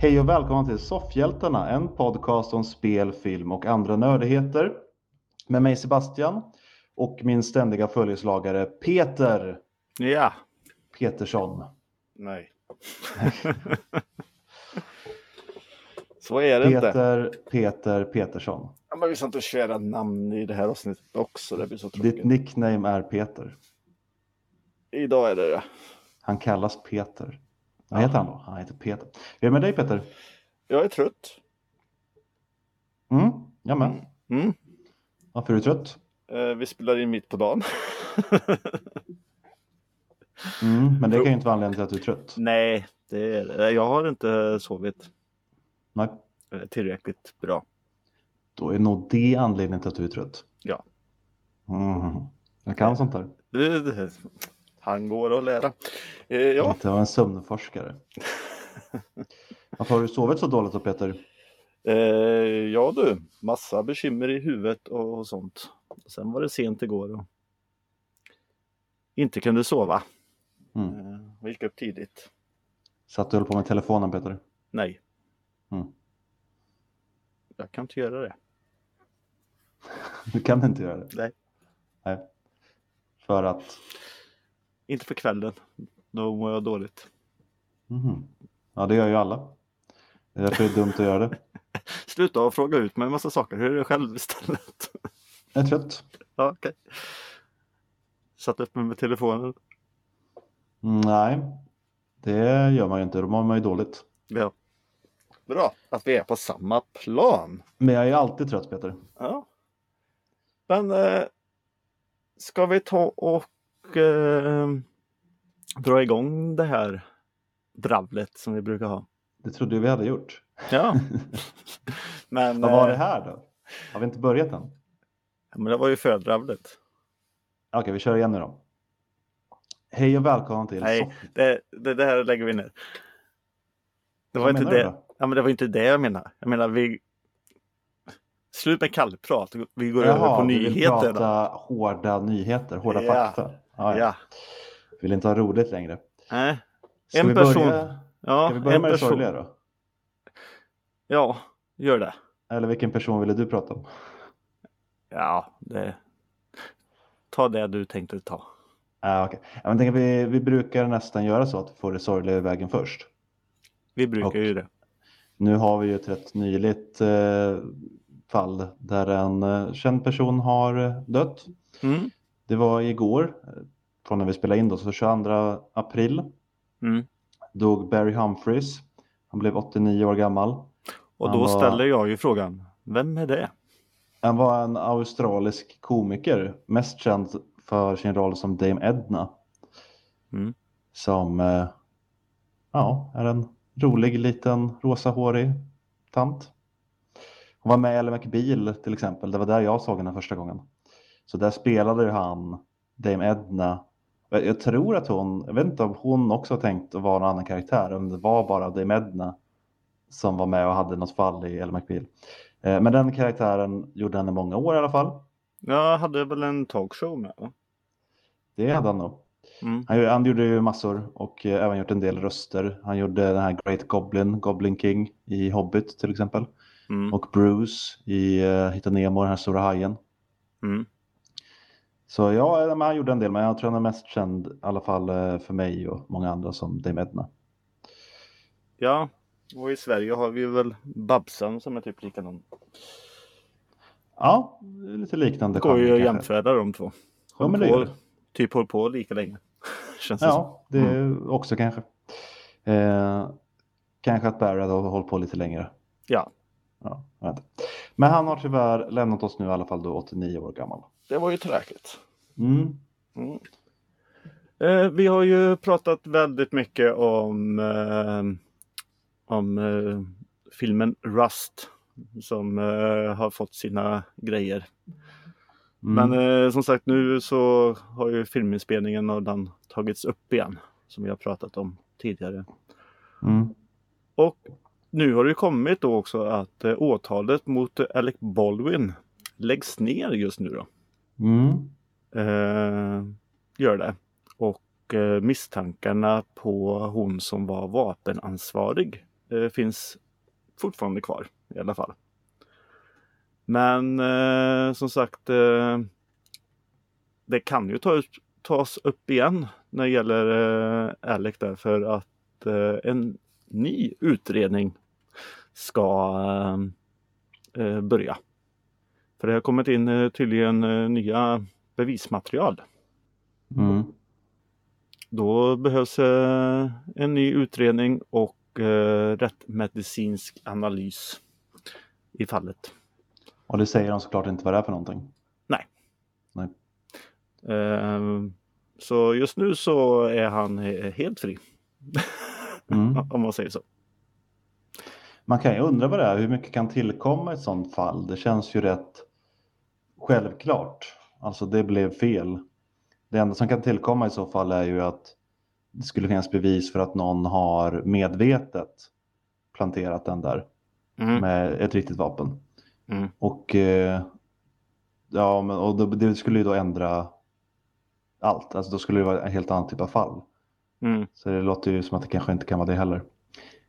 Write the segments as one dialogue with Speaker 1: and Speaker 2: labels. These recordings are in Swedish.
Speaker 1: Hej och välkomna till Soffhjältarna, en podcast om spel, film och andra nördigheter. Med mig Sebastian och min ständiga följeslagare Peter
Speaker 2: Ja.
Speaker 1: Petersson.
Speaker 2: Nej. Så är det inte.
Speaker 1: Peter Peter Petersson.
Speaker 2: Ja, men vi ska inte köra namn i det här avsnittet också. Det blir så
Speaker 1: Ditt
Speaker 2: tråkigt.
Speaker 1: nickname är Peter.
Speaker 2: Idag är det det.
Speaker 1: Han kallas Peter. Vad heter han då? Han heter Peter. Hur är det med dig Peter?
Speaker 2: Jag är trött.
Speaker 1: Mm, jag med.
Speaker 2: Mm.
Speaker 1: Varför är du trött?
Speaker 2: Eh, Vi spelar in mitt på dagen.
Speaker 1: Mm, men det kan ju inte vara anledningen till att du är trött.
Speaker 2: Nej, det är det. jag har inte eh, sovit
Speaker 1: Nej,
Speaker 2: eh, tillräckligt bra.
Speaker 1: då är nog det anledningen till att du är trött.
Speaker 2: Ja.
Speaker 1: Mm, jag kan sånt där.
Speaker 2: Det- det- Han går att lära. Eh, Ja,
Speaker 1: Inte vara en sömnforskare. Varför har du sovit så dåligt då Peter?
Speaker 2: Eh, ja du, massa bekymmer i huvudet och sånt. Sen var det sent igår och inte kunde sova.
Speaker 1: Mm.
Speaker 2: Eh, och gick upp tidigt.
Speaker 1: Satt du höll på med telefonen Peter?
Speaker 2: Nej.
Speaker 1: Mm.
Speaker 2: Jag kan inte göra det.
Speaker 1: Du kan inte göra det.
Speaker 2: Nej.
Speaker 1: Nej. För att?
Speaker 2: Inte för kvällen. Då mår jag dåligt.
Speaker 1: Mhm. Ja, det gör ju alla. Det är därför det är dumt att göra det.
Speaker 2: Sluta och fråga ut mig en massa saker. Hur är det själv istället?
Speaker 1: Jag är trött.
Speaker 2: ja, okej. Satt upp mig med telefonen.
Speaker 1: Mm, Nej, det gör man ju inte. Då mår man ju dåligt.
Speaker 2: Ja. Bra att vi är på samma plan.
Speaker 1: Men jag är alltid trött Peter.
Speaker 2: Ja. Men eh, ska vi ta och eh, dra igång det här dravlet som vi brukar ha?
Speaker 1: Det trodde jag vi hade gjort.
Speaker 2: Ja. men,
Speaker 1: Vad var
Speaker 2: eh,
Speaker 1: det här då? Har vi inte börjat än?
Speaker 2: men det var ju fördravlet.
Speaker 1: Okej, vi kör igen nu då. Hej och välkomna till
Speaker 2: Nej,
Speaker 1: Soff-
Speaker 2: det, det, det här lägger vi ner. Det var,
Speaker 1: Vad
Speaker 2: inte
Speaker 1: menar du
Speaker 2: det,
Speaker 1: då?
Speaker 2: ja, men det var inte det jag menade. Jag menar, vi... Slut med kallprat. Vi går över på
Speaker 1: du vill
Speaker 2: nyheter. då.
Speaker 1: prata hårda nyheter, hårda
Speaker 2: Ja.
Speaker 1: fakta. Ja, ja.
Speaker 2: Ja.
Speaker 1: Vill inte ha roligt längre.
Speaker 2: Nej.
Speaker 1: Ska
Speaker 2: En
Speaker 1: vi
Speaker 2: person.
Speaker 1: Börja,
Speaker 2: Ja,
Speaker 1: ska vi börja
Speaker 2: en
Speaker 1: med det
Speaker 2: person.
Speaker 1: sorgliga då?
Speaker 2: Ja, gör det.
Speaker 1: Eller vilken person ville du prata om?
Speaker 2: Ja, det... ta det du tänkte ta.
Speaker 1: Ah, okay. ja, men tänk, att vi, vi brukar nästan göra så att vi får det sorgliga ur vägen först.
Speaker 2: Vi brukar
Speaker 1: Och-
Speaker 2: ju det.
Speaker 1: Nu har vi ju ett rätt nyligt eh, fall där en eh, känd person har eh, dött.
Speaker 2: Mm.
Speaker 1: Det var igår, eh, från när vi spelade in då, så 22 april
Speaker 2: Mm.
Speaker 1: dog Barry Humphries. Han blev 89 år gammal.
Speaker 2: Och
Speaker 1: Han
Speaker 2: då
Speaker 1: var-
Speaker 2: ställer jag ju frågan, vem är det?
Speaker 1: Han var en australisk komiker, mest känd för sin roll som Dame Edna.
Speaker 2: Mm.
Speaker 1: Som eh, ja, är en rolig liten rosahårig tant. Hon var med i Ellen McBeal till exempel. Det var där jag såg henne första gången. Så där spelade ju han Dame Edna. Jag jag tror att hon, jag vet inte om hon också har tänkt att vara någon annan karaktär. Om det var bara Dame Edna som var med och hade något fall i Ellen McBeal. Eh, Men den karaktären gjorde han i många år i alla fall.
Speaker 2: Jag hade väl en talkshow med va?
Speaker 1: Det hade han nog.
Speaker 2: Mm.
Speaker 1: Han, gjorde- han gjorde ju massor och eh, även gjort en del röster. Han gjorde den här Great Goblin, Goblin King i Hobbit till exempel.
Speaker 2: Mm.
Speaker 1: Och Bruce i uh, Hitta Nemo, den här stora hajen.
Speaker 2: Mm.
Speaker 1: Så ja, eh, men han gjorde en del, men jag tror han är mest känd i alla fall eh, för mig och många andra som Dame Edna.
Speaker 2: Ja, och i Sverige har vi väl Babsan som är typ likadan.
Speaker 1: Ja, lite liknande.
Speaker 2: Det går ju
Speaker 1: genre
Speaker 2: att
Speaker 1: kanske.
Speaker 2: jämföra de två.
Speaker 1: Ja, men det
Speaker 2: Håll
Speaker 1: gör
Speaker 2: på,
Speaker 1: det.
Speaker 2: typ håll på lika länge. Känns det som.
Speaker 1: Ja, det är
Speaker 2: Mm.
Speaker 1: också kanske. Eh, kanske att Barry hade hållit på lite längre.
Speaker 2: Ja.
Speaker 1: Ja, jag vet inte. Men han har tyvärr lämnat oss nu i alla fall då 89 år gammal.
Speaker 2: Det var ju tråkigt.
Speaker 1: Mm.
Speaker 2: Mm. Eh, vi har ju pratat väldigt mycket om, eh, om eh, filmen Rust som eh, har fått sina grejer.
Speaker 1: Mm.
Speaker 2: Men eh, som sagt nu så har ju filminspelningen av den tagits upp igen som vi har pratat om tidigare.
Speaker 1: mm.
Speaker 2: Och nu har det ju kommit då också att eh, åtalet mot eh, Alec Baldwin läggs ner just nu då.
Speaker 1: Mm.
Speaker 2: Eh, gör det. Och eh, misstankarna på hon som var vapenansvarig eh, finns fortfarande kvar i alla fall. Men eh, som sagt, eh, det kan ju ta, ut- tas upp igen när det gäller eh, Alec där för att eh, en ny utredning ska eh, eh, börja. För det har kommit in eh, tydligen eh, nya bevismaterial.
Speaker 1: Mm.
Speaker 2: Då behövs eh, en ny utredning och eh, rätt medicinsk analys i fallet.
Speaker 1: Och det säger de såklart inte vad det är för någonting.
Speaker 2: Eh, så just nu så är han eh, helt fri,
Speaker 1: Mm.
Speaker 2: om man säger så.
Speaker 1: Man kan ju undra vad det är, hur mycket kan tillkomma i ett sånt fall? Det känns ju rätt självklart. Alltså det blev fel. Det enda som kan tillkomma i så fall är ju att det skulle finnas bevis för att någon har medvetet planterat den där
Speaker 2: Mm.
Speaker 1: med ett riktigt vapen.
Speaker 2: Mm.
Speaker 1: Och, eh, ja, men, och då, det skulle ju då ändra allt. Alltså då skulle det vara en helt annan typ av fall.
Speaker 2: Mm.
Speaker 1: Så det låter ju som att det kanske inte kan vara det heller.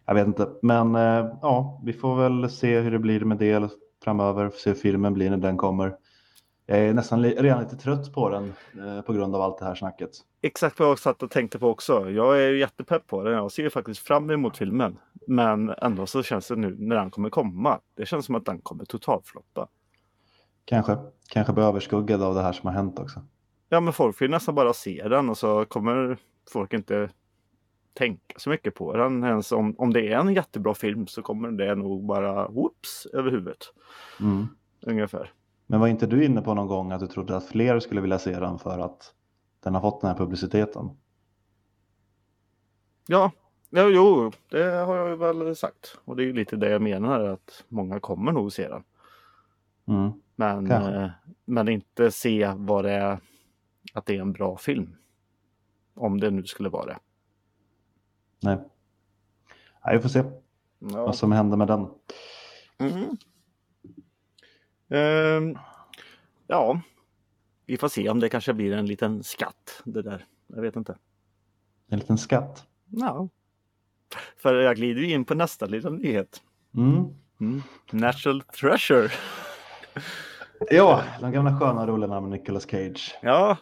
Speaker 1: Jag vet inte, men eh, ja, vi får väl se hur det blir med det framöver. Se hur filmen blir när den kommer. Jag är nästan li- redan lite trött på den eh, på grund av allt det här snacket.
Speaker 2: Exakt vad jag satt och tänkte på också. Jag är jättepepp på den. Jag ser faktiskt fram emot filmen. Men ändå så känns det nu när den kommer komma. Det känns som att den kommer totalfloppa.
Speaker 1: Kanske, kanske blir överskuggad av det här som har hänt också.
Speaker 2: Ja men folk vill nästan bara se den och så kommer folk inte tänka så mycket på den. Ens om, om det är en jättebra film så kommer det nog bara whoops över huvudet.
Speaker 1: Mm.
Speaker 2: Ungefär.
Speaker 1: Men var inte du inne på någon gång att du trodde att fler skulle vilja se den för att den har fått den här publiciteten?
Speaker 2: Ja, ja jo, det har jag ju väl sagt. Och det är ju lite det jag menar att många kommer nog se den.
Speaker 1: Mm.
Speaker 2: Men,
Speaker 1: Kanske.
Speaker 2: eh, men inte se vad det är, att det är en bra film. Om det nu skulle vara det.
Speaker 1: Nej. Nej, vi får se
Speaker 2: Ja.
Speaker 1: vad som händer med den.
Speaker 2: Mm. Ehm, ja, vi får se om det kanske blir en liten skatt det där. Jag vet inte.
Speaker 1: En liten skatt.
Speaker 2: Ja. För jag glider ju in på nästa lilla nyhet.
Speaker 1: Mm.
Speaker 2: National Treasure.
Speaker 1: Ja, de gamla sköna rollerna med Nicolas Cage.
Speaker 2: Ja,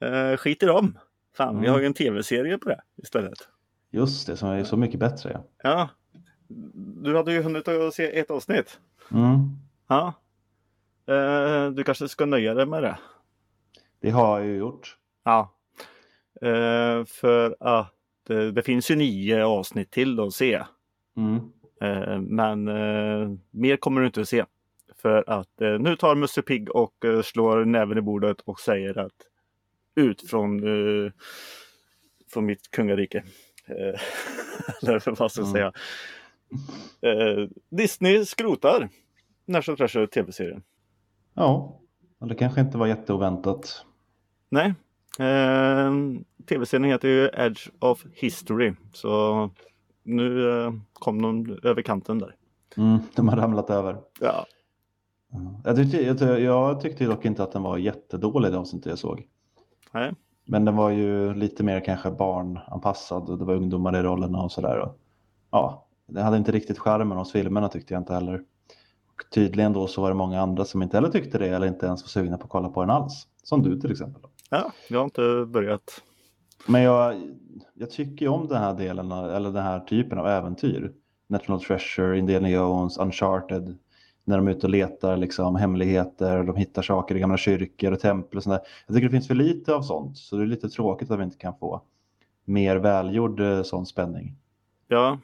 Speaker 2: eh, skit i dem. Fan, vi
Speaker 1: Mm.
Speaker 2: har ju en tv-serie på det istället.
Speaker 1: Just det, som är så mycket bättre.
Speaker 2: Ja, du hade ju hunnit att se ett avsnitt.
Speaker 1: ja. Mm.
Speaker 2: Ja. Eh, du kanske ska nöja dig med det.
Speaker 1: Det har jag ju gjort.
Speaker 2: Ja. Eh, för att eh, det finns ju nio avsnitt till att se.
Speaker 1: Mm.
Speaker 2: Eh, men eh, mer kommer du inte att se. För att eh, nu tar Musse Pigg och eh, slår näven i bordet och säger att ut från, eh, från mitt kungarike. Eh, Eller vad ska jag säga.
Speaker 1: Mm.
Speaker 2: Eh, Disney skrotar National Treasure tv-serien.
Speaker 1: Ja, men det kanske inte var jätteoväntat.
Speaker 2: Nej. Eh, Tv-serien heter ju Edge of History. Så nu eh, kom de över kanten där.
Speaker 1: Mm. De har ramlat över.
Speaker 2: Ja.
Speaker 1: Ja. Jag, tyckte, jag, ty- jag tyckte dock inte att den var jättedålig, det avsnittet jag såg.
Speaker 2: Nej.
Speaker 1: Men den var ju lite mer kanske barnanpassad och det var ungdomar i rollerna och sådär. Och, ja, det hade inte riktigt charmen hos filmerna tyckte jag inte heller. Och tydligen då så var det många andra som inte heller tyckte det eller inte ens var sugna på att kolla på den alls. Som du till exempel.
Speaker 2: ja, jag har inte börjat.
Speaker 1: Men jag, jag tycker ju om den här delen, av- eller den här typen av äventyr. National Treasure, Indiana Jones, Uncharted. När de är ute och letar liksom, hemligheter, och de hittar saker i gamla kyrkor och tempel och sånt där. Jag tycker det finns för lite av sånt, så det är lite tråkigt att vi inte kan få mer välgjord eh, sån spänning.
Speaker 2: Ja.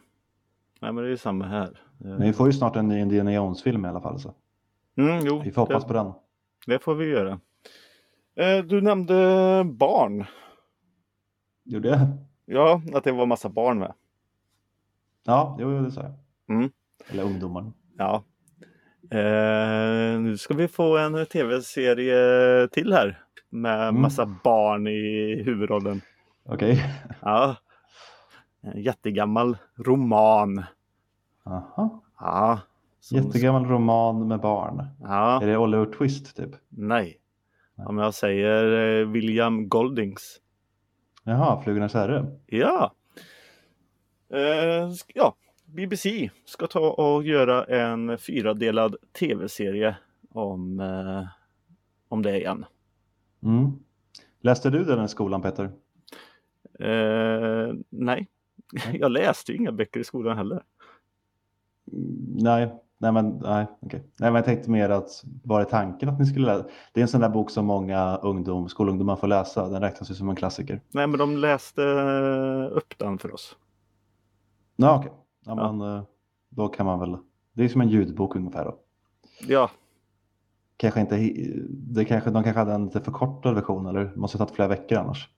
Speaker 2: Nej, men det är ju samma här.
Speaker 1: Men vi får ju snart en ny Indiana Jones-film i alla fall, så
Speaker 2: Mm, jo,
Speaker 1: vi får hoppas
Speaker 2: det,
Speaker 1: på den.
Speaker 2: det får vi göra. Eh, du nämnde barn.
Speaker 1: Gjorde jag?
Speaker 2: Ja, att det var massa barn med.
Speaker 1: Ja, jo, jo, det sa jag.
Speaker 2: Mm.
Speaker 1: Eller ungdomar.
Speaker 2: Ja. Eh, nu ska vi få en tv-serie till här. Med
Speaker 1: Mm.
Speaker 2: massa barn i huvudrollen.
Speaker 1: Okej.
Speaker 2: Ja. En jättegammal roman.
Speaker 1: Aha.
Speaker 2: Ja. som-
Speaker 1: Jättegammal roman med barn.
Speaker 2: Ja,
Speaker 1: Är det Oliver Twist, typ?
Speaker 2: nej. Om jag säger eh, William Goldings.
Speaker 1: Jaha, Flugornas herre.
Speaker 2: Ja. Eh, sk- ja. BBC ska ta och göra en fyradelad tv-serie om, eh, om det igen.
Speaker 1: Mm. Läste du den i skolan Peter? Mm,
Speaker 2: Eh, nej, jag läste ju inga böcker i skolan heller.
Speaker 1: Nej, nej men, nej, okej. nej, men jag tänkte mer att var är tanken att ni skulle läsa? Det är en sån där bok som många ungdom, skolungdomar får läsa. Den räknas ju som en klassiker.
Speaker 2: Nej, men de läste eh, upp den för oss.
Speaker 1: Ja, okej. Ja, men, eh, Då kan man väl. Det är som en ljudbok ungefär. Då.
Speaker 2: Ja,
Speaker 1: Kanske inte, he- det kanske, de kanske hade en lite förkortad version eller det måste ha tagit flera veckor annars.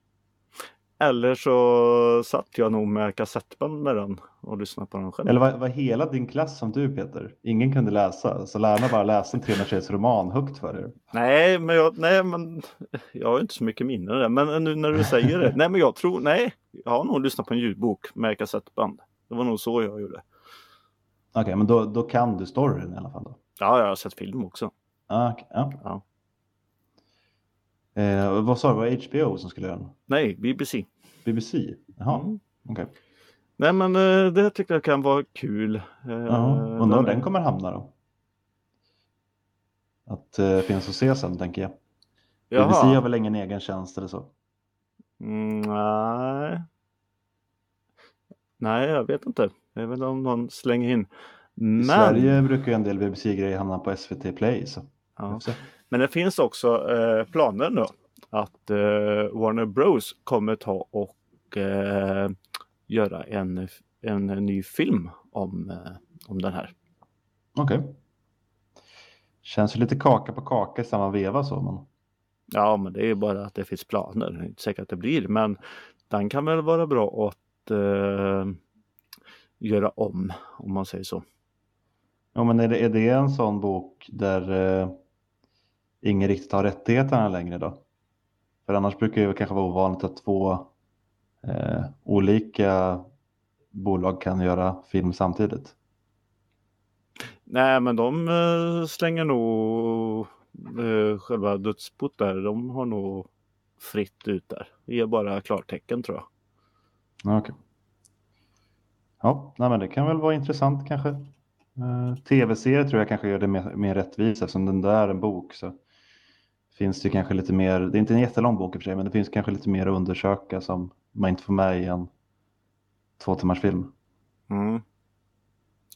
Speaker 2: eller så satt jag nog med kassettband med den och lyssnade på den själv.
Speaker 1: Eller var, var hela din klass som du Peter? Ingen kunde läsa, så lärarna bara läste en 300 roman högt för er.
Speaker 2: Nej, men jag, nej, men jag har ju inte så mycket minne där. Men eh, nu när du säger det. Nej, men jag tror, nej, jag har nog lyssnat på en ljudbok med kassettband. Det var nog så jag gjorde.
Speaker 1: Okej, men då, då kan du storyn i alla fall. Då.
Speaker 2: Ja, jag har sett film också.
Speaker 1: Ah, okej, ja. Eh, vad sa du, var det HBO som skulle göra den?
Speaker 2: Nej, BBC.
Speaker 1: BBC? Jaha,
Speaker 2: Mm.
Speaker 1: okej.
Speaker 2: Nej, men eh, det tycker jag kan vara kul. Eh,
Speaker 1: Ja, Undrar var den kommer hamna då? Att eh, finnas att se sen tänker jag. BBC har
Speaker 2: Jaha.
Speaker 1: väl ingen egen tjänst eller så?
Speaker 2: Mm, nej. Nej, jag vet inte. Det är väl om någon slänger in.
Speaker 1: I
Speaker 2: Men,
Speaker 1: Sverige brukar ju en del BBC-grejer hamna på SVT Play. Så.
Speaker 2: Ja. Men det finns också eh, planer nu att eh, Warner Bros kommer ta och eh, göra en, en ny film om, eh, om den här.
Speaker 1: Okej. Känns ju lite kaka på kaka i samma veva så. Men...
Speaker 2: Ja, men det är ju bara att det finns planer. Det är inte säkert att det blir, men den kan väl vara bra att eh, göra om, om man säger så.
Speaker 1: Ja, men är, det, är det en sån bok där eh, ingen riktigt har rättigheterna längre då? För annars brukar det kanske vara ovanligt att två eh, olika bolag kan göra film samtidigt.
Speaker 2: Nej, men de eh, slänger nog eh, själva dödsbot där. De har nog fritt ut där. Det är bara klartecken tror jag.
Speaker 1: Ja, Okej. Ja, nej, men det kan väl vara intressant kanske. Eh, Tv-serier tror jag kanske gör det mer, mer rättvist eftersom den där är en bok så finns det ju kanske lite mer. Det är inte en jättelång bok i och för sig, men det finns kanske lite mer att undersöka som man inte får med i en två timmars film.
Speaker 2: Mm.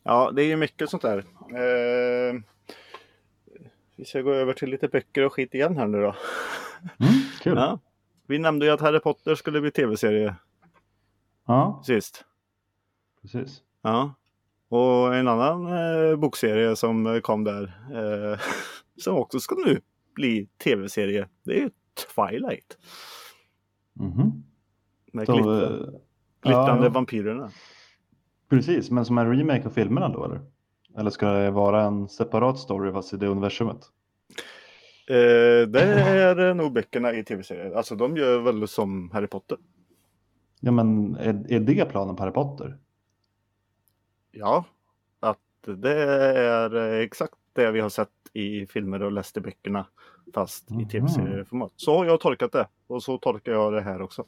Speaker 2: Ja, det är ju mycket sånt där. Eh, vi ska gå över till lite böcker och skit igen här nu då.
Speaker 1: Mm, kul. Ja.
Speaker 2: Ja. Vi nämnde ju att Harry Potter skulle bli tv-serie sist.
Speaker 1: precis.
Speaker 2: Ja. Och en annan eh, bokserie som eh, kom där eh, som också ska nu bli tv-serie. Det är ju Twilight.
Speaker 1: Mhm.
Speaker 2: Med
Speaker 1: Så, eh,
Speaker 2: glitter, glittrande
Speaker 1: ja, ja.
Speaker 2: vampyrerna.
Speaker 1: Precis, men som en remake av filmerna då eller? Eller ska det vara en separat story fast i det universumet?
Speaker 2: Eh, det är nog böckerna i tv-serien. Alltså de gör väl som Harry Potter.
Speaker 1: Ja, men är, är det planen på Harry Potter?
Speaker 2: Ja, att det är eh, exakt det vi har sett i filmer och läst i böckerna fast i
Speaker 1: Mhm.
Speaker 2: tv-serieformat. Så har jag tolkat det och så tolkar jag det här också.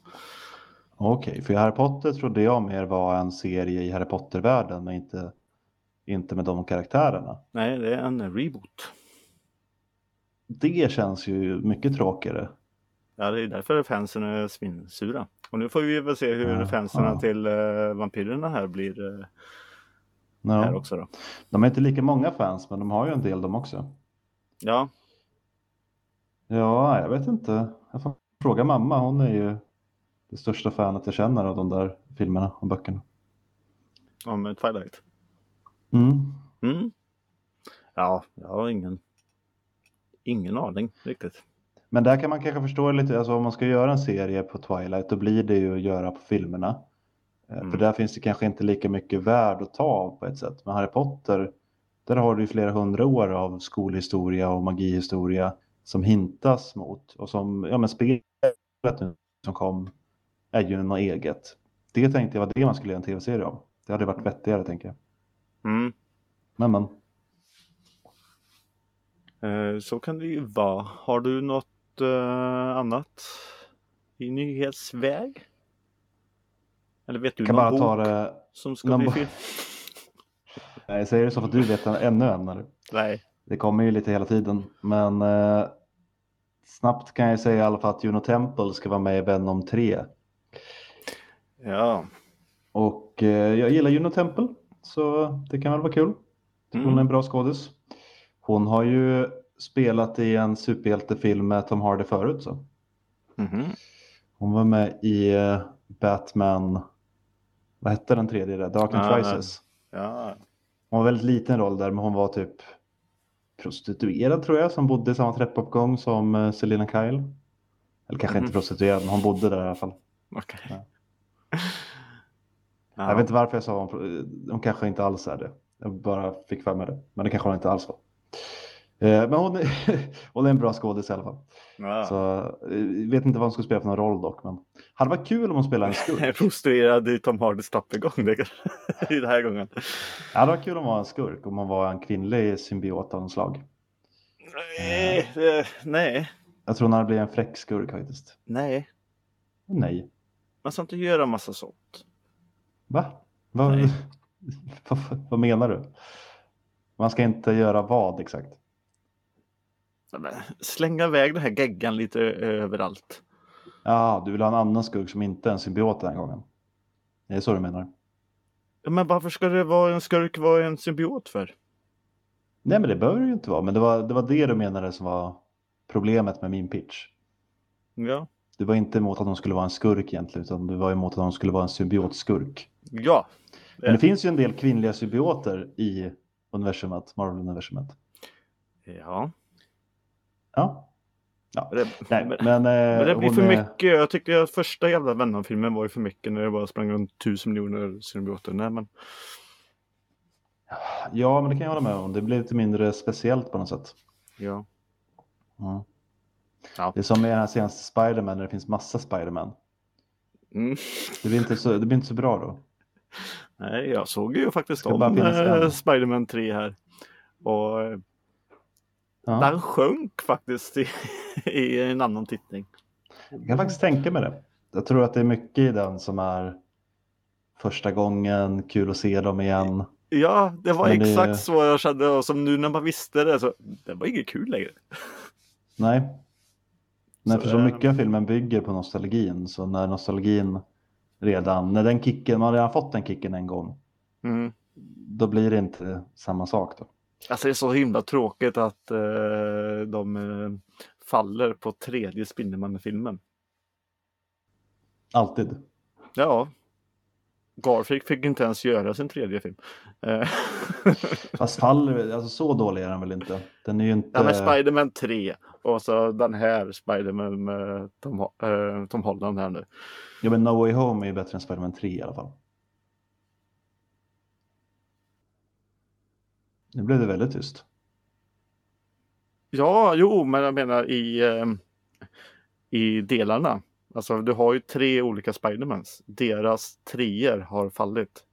Speaker 1: Okej, för Harry Potter trodde jag mer var en serie i Harry Potter-världen men inte, inte med de karaktärerna.
Speaker 2: Nej, det är en reboot.
Speaker 1: Det känns ju mycket tråkigare.
Speaker 2: Ja, det är därför fansen är svinsura. Och nu får vi väl se hur
Speaker 1: Ja,
Speaker 2: fansen
Speaker 1: ja.
Speaker 2: till eh, vampyrerna här blir eh, här
Speaker 1: Ja.
Speaker 2: också då.
Speaker 1: De är inte lika många fans men de har ju en del de också.
Speaker 2: Ja,
Speaker 1: Ja, jag vet inte. Jag får fråga mamma. Hon är ju det största fanet jag känner av de där filmerna och böckerna.
Speaker 2: om Twilight.
Speaker 1: Mm.
Speaker 2: Mm. Ja, jag har ingen, ingen aning riktigt.
Speaker 1: Men där kan man kanske förstå lite, alltså om man ska göra en serie på Twilight då blir det ju att göra på filmerna. Eh,
Speaker 2: Mm.
Speaker 1: För där finns det kanske inte lika mycket värd att ta av på ett sätt. Men Harry Potter, där har du ju flera hundra år av skolhistoria och magihistoria som hintas mot. Och som, ja men spelet nu som kom är ju något eget. Det tänkte jag var det man skulle göra en tv-serie av. Det hade varit vettigare tänker jag.
Speaker 2: Mm.
Speaker 1: Men men.
Speaker 2: Eh, Så kan det ju vara. Har du något eh, annat i nyhetsväg? Eller vet du
Speaker 1: kan
Speaker 2: någon
Speaker 1: bara
Speaker 2: bok
Speaker 1: ta det,
Speaker 2: som ska
Speaker 1: någon
Speaker 2: bli
Speaker 1: bok.
Speaker 2: film?
Speaker 1: Nej, säger du så för att du vet ännu en? Eller?
Speaker 2: Nej.
Speaker 1: Det kommer ju lite hela tiden, men eh, snabbt kan jag säga i alla fall att Juno Temple ska vara med i Venom 3.
Speaker 2: Ja.
Speaker 1: Och eh, jag gillar Juno Temple, så det kan väl vara kul. Hon är
Speaker 2: Mm.
Speaker 1: en bra skådis. Hon har ju spelat i en superhjältefilm med Tom Hardy förut. Så.
Speaker 2: Mhm.
Speaker 1: Hon var med i eh, Batman, vad hette den tredje där? Dark Knight
Speaker 2: Ah.
Speaker 1: Rises.
Speaker 2: Ja.
Speaker 1: Hon var väldigt liten roll där, men hon var typ prostituerad tror jag, som bodde i samma trappuppgång som eh, Selina Kyle. Eller kanske
Speaker 2: Mhm.
Speaker 1: inte prostituerad, men hon bodde där i alla fall.
Speaker 2: Okej.
Speaker 1: Ja.
Speaker 2: Ja.
Speaker 1: Jag vet inte varför jag sa hon, pro- hon kanske inte alls är det. Jag bara fick för mig det, men det kanske hon inte alls var. Eh, Men hon är, hon är en bra skådis i alla fall.
Speaker 2: Ja.
Speaker 1: Så, eh, vet inte vad hon skulle spela för någon roll dock, men hade varit kul om hon spelade en skurk.
Speaker 2: Jag är prostituerad i Tom Hardys tappegång det kan- i den här gången.
Speaker 1: Ja, det var kul om hon var en skurk, om hon var en kvinnlig symbiot av något slag.
Speaker 2: Nej, det- nej,
Speaker 1: Jag tror hon hade blivit en fräck skurk faktiskt.
Speaker 2: nej.
Speaker 1: Nej.
Speaker 2: Man ska inte göra massa sånt.
Speaker 1: Va? Vad,
Speaker 2: Nej.
Speaker 1: vad, vad menar du? Man ska inte göra vad exakt?
Speaker 2: Nej, men eh, Slänga iväg den här geggan lite överallt.
Speaker 1: Ja, du vill ha en annan skurk som inte är en symbiot den här gången. Det är så du menar?
Speaker 2: Ja, Men varför ska det vara en skurk vara en symbiot för?
Speaker 1: Nej, men det behöver det ju inte vara. Men det var det, var det du menade som var problemet med min pitch.
Speaker 2: Ja,
Speaker 1: Du var inte emot att hon skulle vara en skurk egentligen, utan du var emot att hon skulle vara en symbiotskurk.
Speaker 2: ja.
Speaker 1: Men det finns ju en del kvinnliga symbioter i universumet, Marvel-universumet.
Speaker 2: ja.
Speaker 1: Ja,
Speaker 2: Det,
Speaker 1: nej,
Speaker 2: men,
Speaker 1: men, eh,
Speaker 2: men det blir
Speaker 1: hon
Speaker 2: för
Speaker 1: är-
Speaker 2: mycket. Jag tyckte att första jävla Venom-filmen var ju för mycket när det bara sprang runt tusen miljoner symbioter. Nej, men
Speaker 1: Ja, men det kan jag hålla med om. Det blir lite mindre speciellt på något sätt.
Speaker 2: ja.
Speaker 1: Mm.
Speaker 2: Ja.
Speaker 1: Det är som i den här senaste Spider-Man när det finns massa Spider-Man.
Speaker 2: Mm.
Speaker 1: Det blir inte så, det blir inte så bra då.
Speaker 2: Nej, jag såg ju faktiskt
Speaker 1: Ska bara
Speaker 2: om
Speaker 1: finnas en.
Speaker 2: eh, Spider-Man 3 här. Och eh,
Speaker 1: Ja.
Speaker 2: den sjönk faktiskt i, i en annan tittning.
Speaker 1: Jag kan faktiskt tänka mig det. Jag tror att det är mycket i den som är första gången, kul att se dem igen.
Speaker 2: Ja, det var
Speaker 1: Men det-
Speaker 2: exakt så jag kände och som nu när man visste det så det var inget kul längre.
Speaker 1: Nej. Nej,
Speaker 2: Så,
Speaker 1: för så
Speaker 2: eh,
Speaker 1: mycket av filmen bygger på nostalgin. Så när nostalgin redan, när den kicken, man har redan fått den kicken en gång,
Speaker 2: Mm.
Speaker 1: då blir det inte samma sak då.
Speaker 2: Alltså det är så himla tråkigt att eh, de eh, faller på tredje Spindelmannen-filmen.
Speaker 1: Alltid.
Speaker 2: Ja. Garfield fick inte ens göra sin tredje film. Eh,
Speaker 1: Fast faller, alltså så dålig är den väl inte? Den är ju inte...
Speaker 2: Ja, men Spiderman 3 och så den här Spiderman med Tom, Ho- eh, Tom Holland här nu.
Speaker 1: Ja, men No Way Home är ju bättre än Spiderman 3 i alla fall. Nu blev det väldigt tyst.
Speaker 2: Ja, jo, men jag menar i, eh, i delarna. Alltså du har ju tre olika Spidermans. Deras treor har fallit.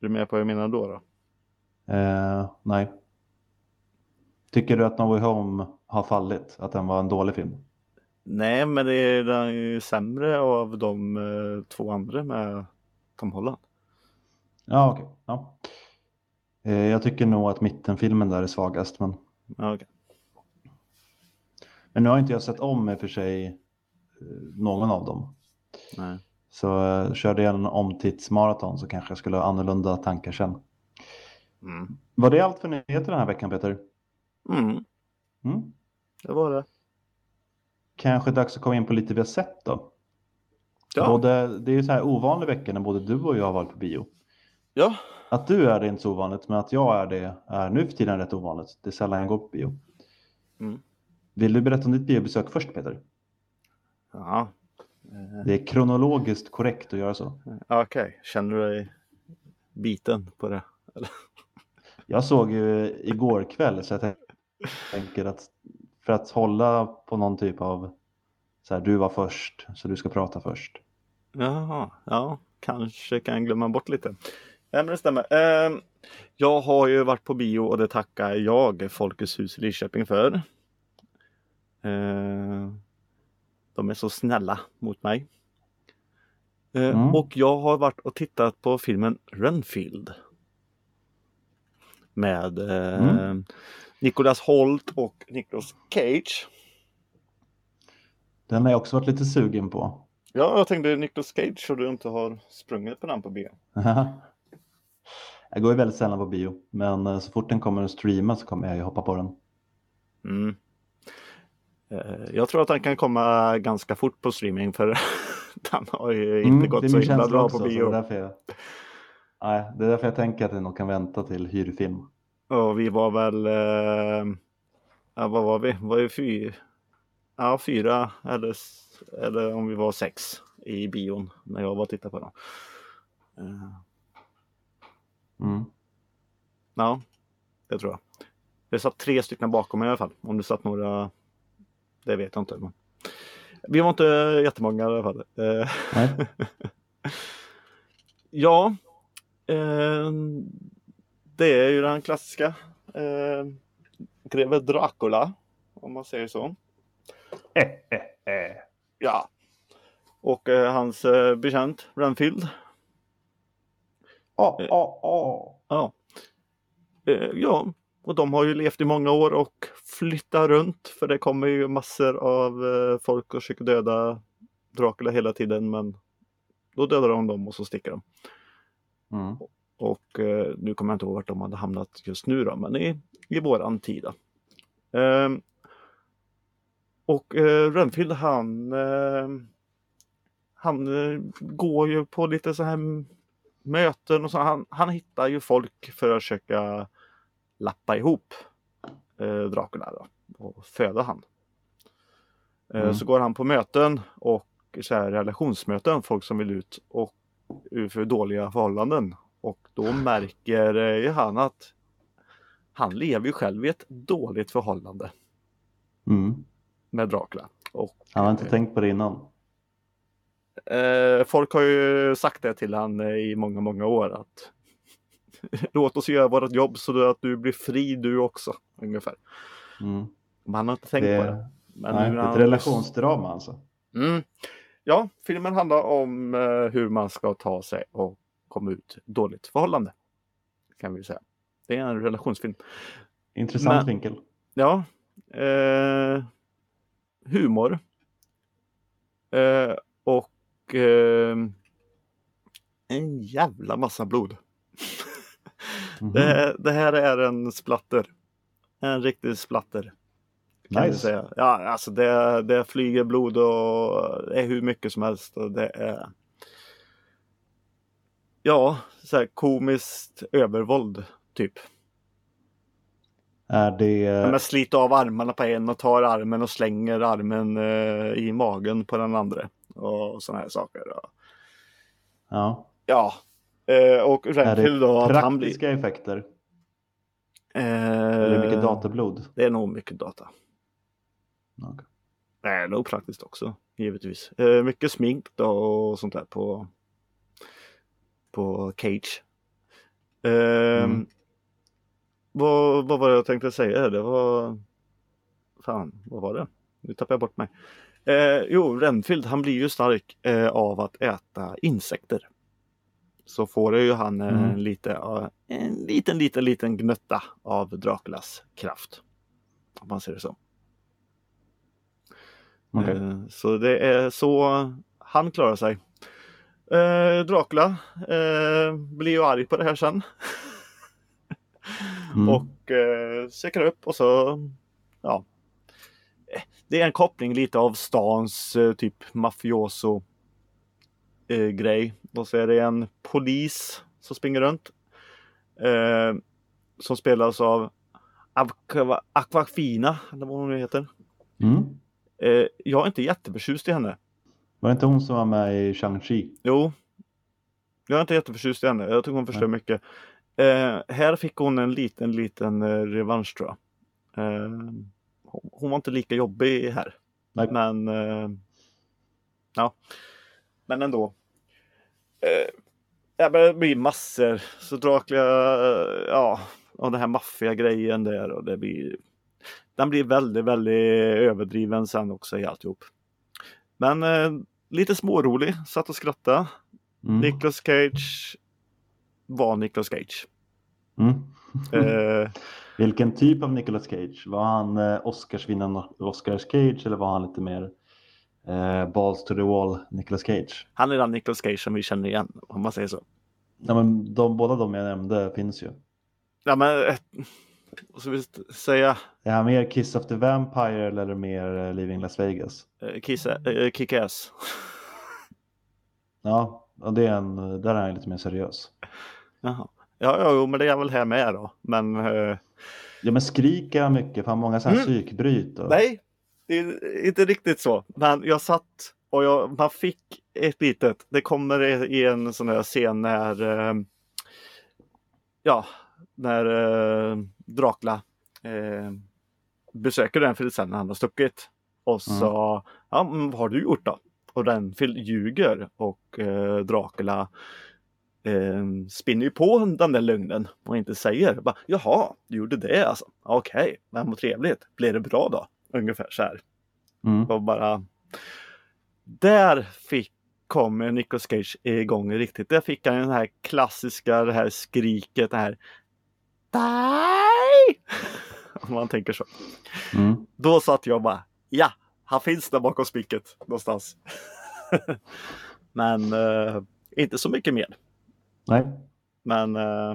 Speaker 2: Är du med på vad jag menar då? då?
Speaker 1: Eh, nej. Tycker du att No Way Home har fallit? Att den var en dålig film?
Speaker 2: Nej, men det är den är ju sämre av de eh, två andra med Tom Holland.
Speaker 1: Ja, okej. Ja. Eh, jag tycker nog att mittenfilmen där är svagast. Men,
Speaker 2: Ja, okej.
Speaker 1: men nu har inte jag sett om i och för sig eh, någon av dem.
Speaker 2: Nej.
Speaker 1: Så eh, körde jag en omtittsmaraton så kanske jag skulle ha annorlunda tankar sen.
Speaker 2: Mm.
Speaker 1: Var det allt för nyheter den här veckan Peter?
Speaker 2: Mm,
Speaker 1: Mm.
Speaker 2: det var det.
Speaker 1: Kanske dags att komma in på lite vi har sett då.
Speaker 2: Ja,
Speaker 1: Både, det är ju så här ovanlig vecka när både du och jag har varit på bio.
Speaker 2: ja.
Speaker 1: Att du är det är inte så ovanligt, men att jag är det är nu för tiden rätt ovanligt. Det är sällan jag går på bio.
Speaker 2: Mm.
Speaker 1: Vill du berätta om ditt biobesök först Peter?
Speaker 2: ja. Mm.
Speaker 1: Det är kronologiskt korrekt att göra så.
Speaker 2: Okej, känner du dig biten på det?
Speaker 1: Jag såg ju igår kväll så jag tän- tänker att för att hålla på någon typ av så här, du var först så du ska prata först.
Speaker 2: Jaha, ja, kanske kan jag glömma bort lite. Nej, men det stämmer. Ehm, jag har ju varit på bio och det tackar jag Folkets hus i Lidköping för. Ehm, de är så snälla mot mig. Ehm,
Speaker 1: Mm.
Speaker 2: Och jag har varit och tittat på filmen Renfield. med eh, Nicholas Holt och Nicolas Cage.
Speaker 1: Den har jag också varit lite sugen på.
Speaker 2: Ja, jag tänkte Nicolas Cage så du inte har sprungit på den på bio.
Speaker 1: jag går ju väldigt sällan på bio, men eh, så fort den kommer att streama så kommer jag ju hoppa på den.
Speaker 2: Mm. Eh, Jag tror att den kan komma ganska fort på streaming för den har ju inte
Speaker 1: Mm,
Speaker 2: gått
Speaker 1: är
Speaker 2: så
Speaker 1: min
Speaker 2: himla
Speaker 1: känsla
Speaker 2: bra
Speaker 1: också,
Speaker 2: på
Speaker 1: så
Speaker 2: bio.
Speaker 1: Det är, därför jag, nej, det är därför jag tänker att den nog kan vänta till hyrfilm.
Speaker 2: Ja, vi var väl... Eh, ja, vad var vi? Var vi fyra? Ja, fyra eller, s- eller om vi var sex i bion när jag var och tittade på den. Eh,
Speaker 1: Mm.
Speaker 2: ja, det tror jag. Det satt tre stycken bakom mig i alla fall. Om det satt några... Det vet jag inte. Men... Vi var inte jättemånga i alla fall. Eh,
Speaker 1: Nej.
Speaker 2: Ja, eh, det är ju den klassiska eh, greve Dracula, om man säger så.
Speaker 1: Eh, eh, eh.
Speaker 2: Ja. Och eh, hans eh, bekänt Renfield. Eh,
Speaker 1: Ah, ah, ah.
Speaker 2: Ja. Eh, ja, och de har ju levt i många år och flyttar runt för det kommer ju massor av eh, folk och försöker döda Dracula hela tiden men då dödar de dem och så sticker de.
Speaker 1: Mm.
Speaker 2: Och eh, nu kommer jag inte ihåg vart de hade hamnat just nu då, men i, i våran tid. Då. Ehm, och eh, Renfield han, eh, han eh, går ju på lite så här möten och så. Han, han hittar ju folk för att försöka lappa ihop eh, Dracula då, och föda han. Eh,
Speaker 1: Mm.
Speaker 2: Så går han på möten och så här relationsmöten, folk som vill ut och ur för dåliga förhållanden. Och då märker eh, ju han att han lever ju själv i ett dåligt förhållande
Speaker 1: Mm.
Speaker 2: med Dracula. Och
Speaker 1: Han har inte tänkt på det innan.
Speaker 2: eh, folk har ju sagt det till han eh, i många, många år att låt oss göra vårt jobb så att du blir fri du också. Ungefär.
Speaker 1: Mm.
Speaker 2: Men han har inte tänkt
Speaker 1: Det,
Speaker 2: på det.
Speaker 1: är-
Speaker 2: Men
Speaker 1: nej,
Speaker 2: nu
Speaker 1: det är
Speaker 2: när
Speaker 1: ett
Speaker 2: han-
Speaker 1: relationsdrama alltså.
Speaker 2: Mm. Ja, filmen handlar om eh, hur man ska ta sig och komma ut ur ett dåligt förhållande. Kan vi säga. Det är en relationsfilm.
Speaker 1: Intressant
Speaker 2: Men-
Speaker 1: vinkel.
Speaker 2: Ja. Eh, humor. Eh, och eh, en jävla massa blod.
Speaker 1: Mhm.
Speaker 2: Det, det här är en splatter. En riktig splatter. Kan nice.
Speaker 1: Nice.
Speaker 2: säga. Ja, alltså det, det flyger blod och det är hur mycket som helst. Och det är... Ja, så här komiskt övervåld typ.
Speaker 1: Är det...
Speaker 2: Men man sliter av armarna på en och tar armen och slänger armen eh, i magen på den andra. Och sådana här saker.
Speaker 1: ja.
Speaker 2: Ja. Eh, och
Speaker 1: Är det
Speaker 2: Renfield då, att han blir...
Speaker 1: praktiska effekter?
Speaker 2: Eh,
Speaker 1: Eller är det mycket datablod?
Speaker 2: Det är nog mycket data.
Speaker 1: Okej.
Speaker 2: Nej, det är opraktiskt också, givetvis. Eh, mycket smink då och sånt där på, på Cage. Ehm,
Speaker 1: Mm.
Speaker 2: vad, vad var det jag tänkte säga? Det var... Fan, vad var det? Nu tappar jag bort mig. Eh, jo, Renfield han blir ju stark eh, av att äta insekter. Så får ju han eh,
Speaker 1: Mm.
Speaker 2: lite, eh, en liten, liten, liten gnutta av Draculas kraft. Om man ser det så.
Speaker 1: Okej.
Speaker 2: Eh, Så det är så han klarar sig. Eh, Dracula eh, blir ju arg på det här sen
Speaker 1: Mm.
Speaker 2: och eh, söker upp och så ja. Eh, Det är en koppling lite av stans eh, typ mafioso eh, grej. Och så är det en polis som springer runt. Eh, som spelas av Aqua- Aquafina, eller vad hon nu heter.
Speaker 1: Mm.
Speaker 2: Eh, jag är inte jätteförtjust i henne.
Speaker 1: Var det inte hon som var med i Shang-Chi?
Speaker 2: Jo. Jag är inte jätteförtjust i henne. Jag tycker hon förstör
Speaker 1: Nej.
Speaker 2: mycket. Eh, här fick hon en liten, liten eh, revansch tror jag. Eh, hon- hon var inte lika jobbig här.
Speaker 1: Nej.
Speaker 2: Men eh, ja, men ändå. Eh, ja, men det blir massor. Så Dracula, eh, ja, och den här maffiga grejen där och det blir. Den blir väldigt, väldigt överdriven sen också i alltihop. Men eh, lite smårolig, satt och skrattade.
Speaker 1: Mm.
Speaker 2: Nicolas Cage var Nicolas Cage.
Speaker 1: Mm.
Speaker 2: Eh,
Speaker 1: Vilken typ av Nicolas Cage? Var han eh, Oscarsvinnaren Oscars Cage eller var han lite mer eh, balls to the wall Nicolas Cage?
Speaker 2: han är den Nicolas Cage som vi känner igen, om man säger så.
Speaker 1: Ja, men de, båda de jag nämnde finns ju.
Speaker 2: Ja, men, eh, och så vill jag säga
Speaker 1: Är han mer Kiss of the Vampire eller är det mer eh, Leaving Las Vegas?
Speaker 2: eh, kissa, eh, Kick-Ass.
Speaker 1: Ja, och det är en, där är han lite mer seriös.
Speaker 2: Jaha. Ja, ja, jo, men det är väl här med då. Men eh,
Speaker 1: Ja, men skriker han mycket? För han har många sådana här psykbryt. Och...
Speaker 2: nej, det är inte riktigt så. Men jag satt och jag, man fick ett litet. Det kommer i en sån här scen när, eh, ja, när eh, Dracula eh, besöker den filisen när han har stuckit. Och så, ja, men vad har du gjort då? Och den fil- ljuger och eh, Dracula eh, spinner ju på den där lögnen och inte säger. Bara, Jaha, du gjorde det alltså. Okej, men vad trevligt. Blir det bra då? Ungefär så här.
Speaker 1: Mm.
Speaker 2: Och bara... Där fick kom Nicolas Cage igång riktigt. Där fick han den här klassiska, det här skriket, det här... Nej! Om man tänker så.
Speaker 1: Mm.
Speaker 2: Då satt jag och bara, ja, han finns där bakom spiket någonstans. Men eh, inte så mycket mer.
Speaker 1: Nej,
Speaker 2: Men eh,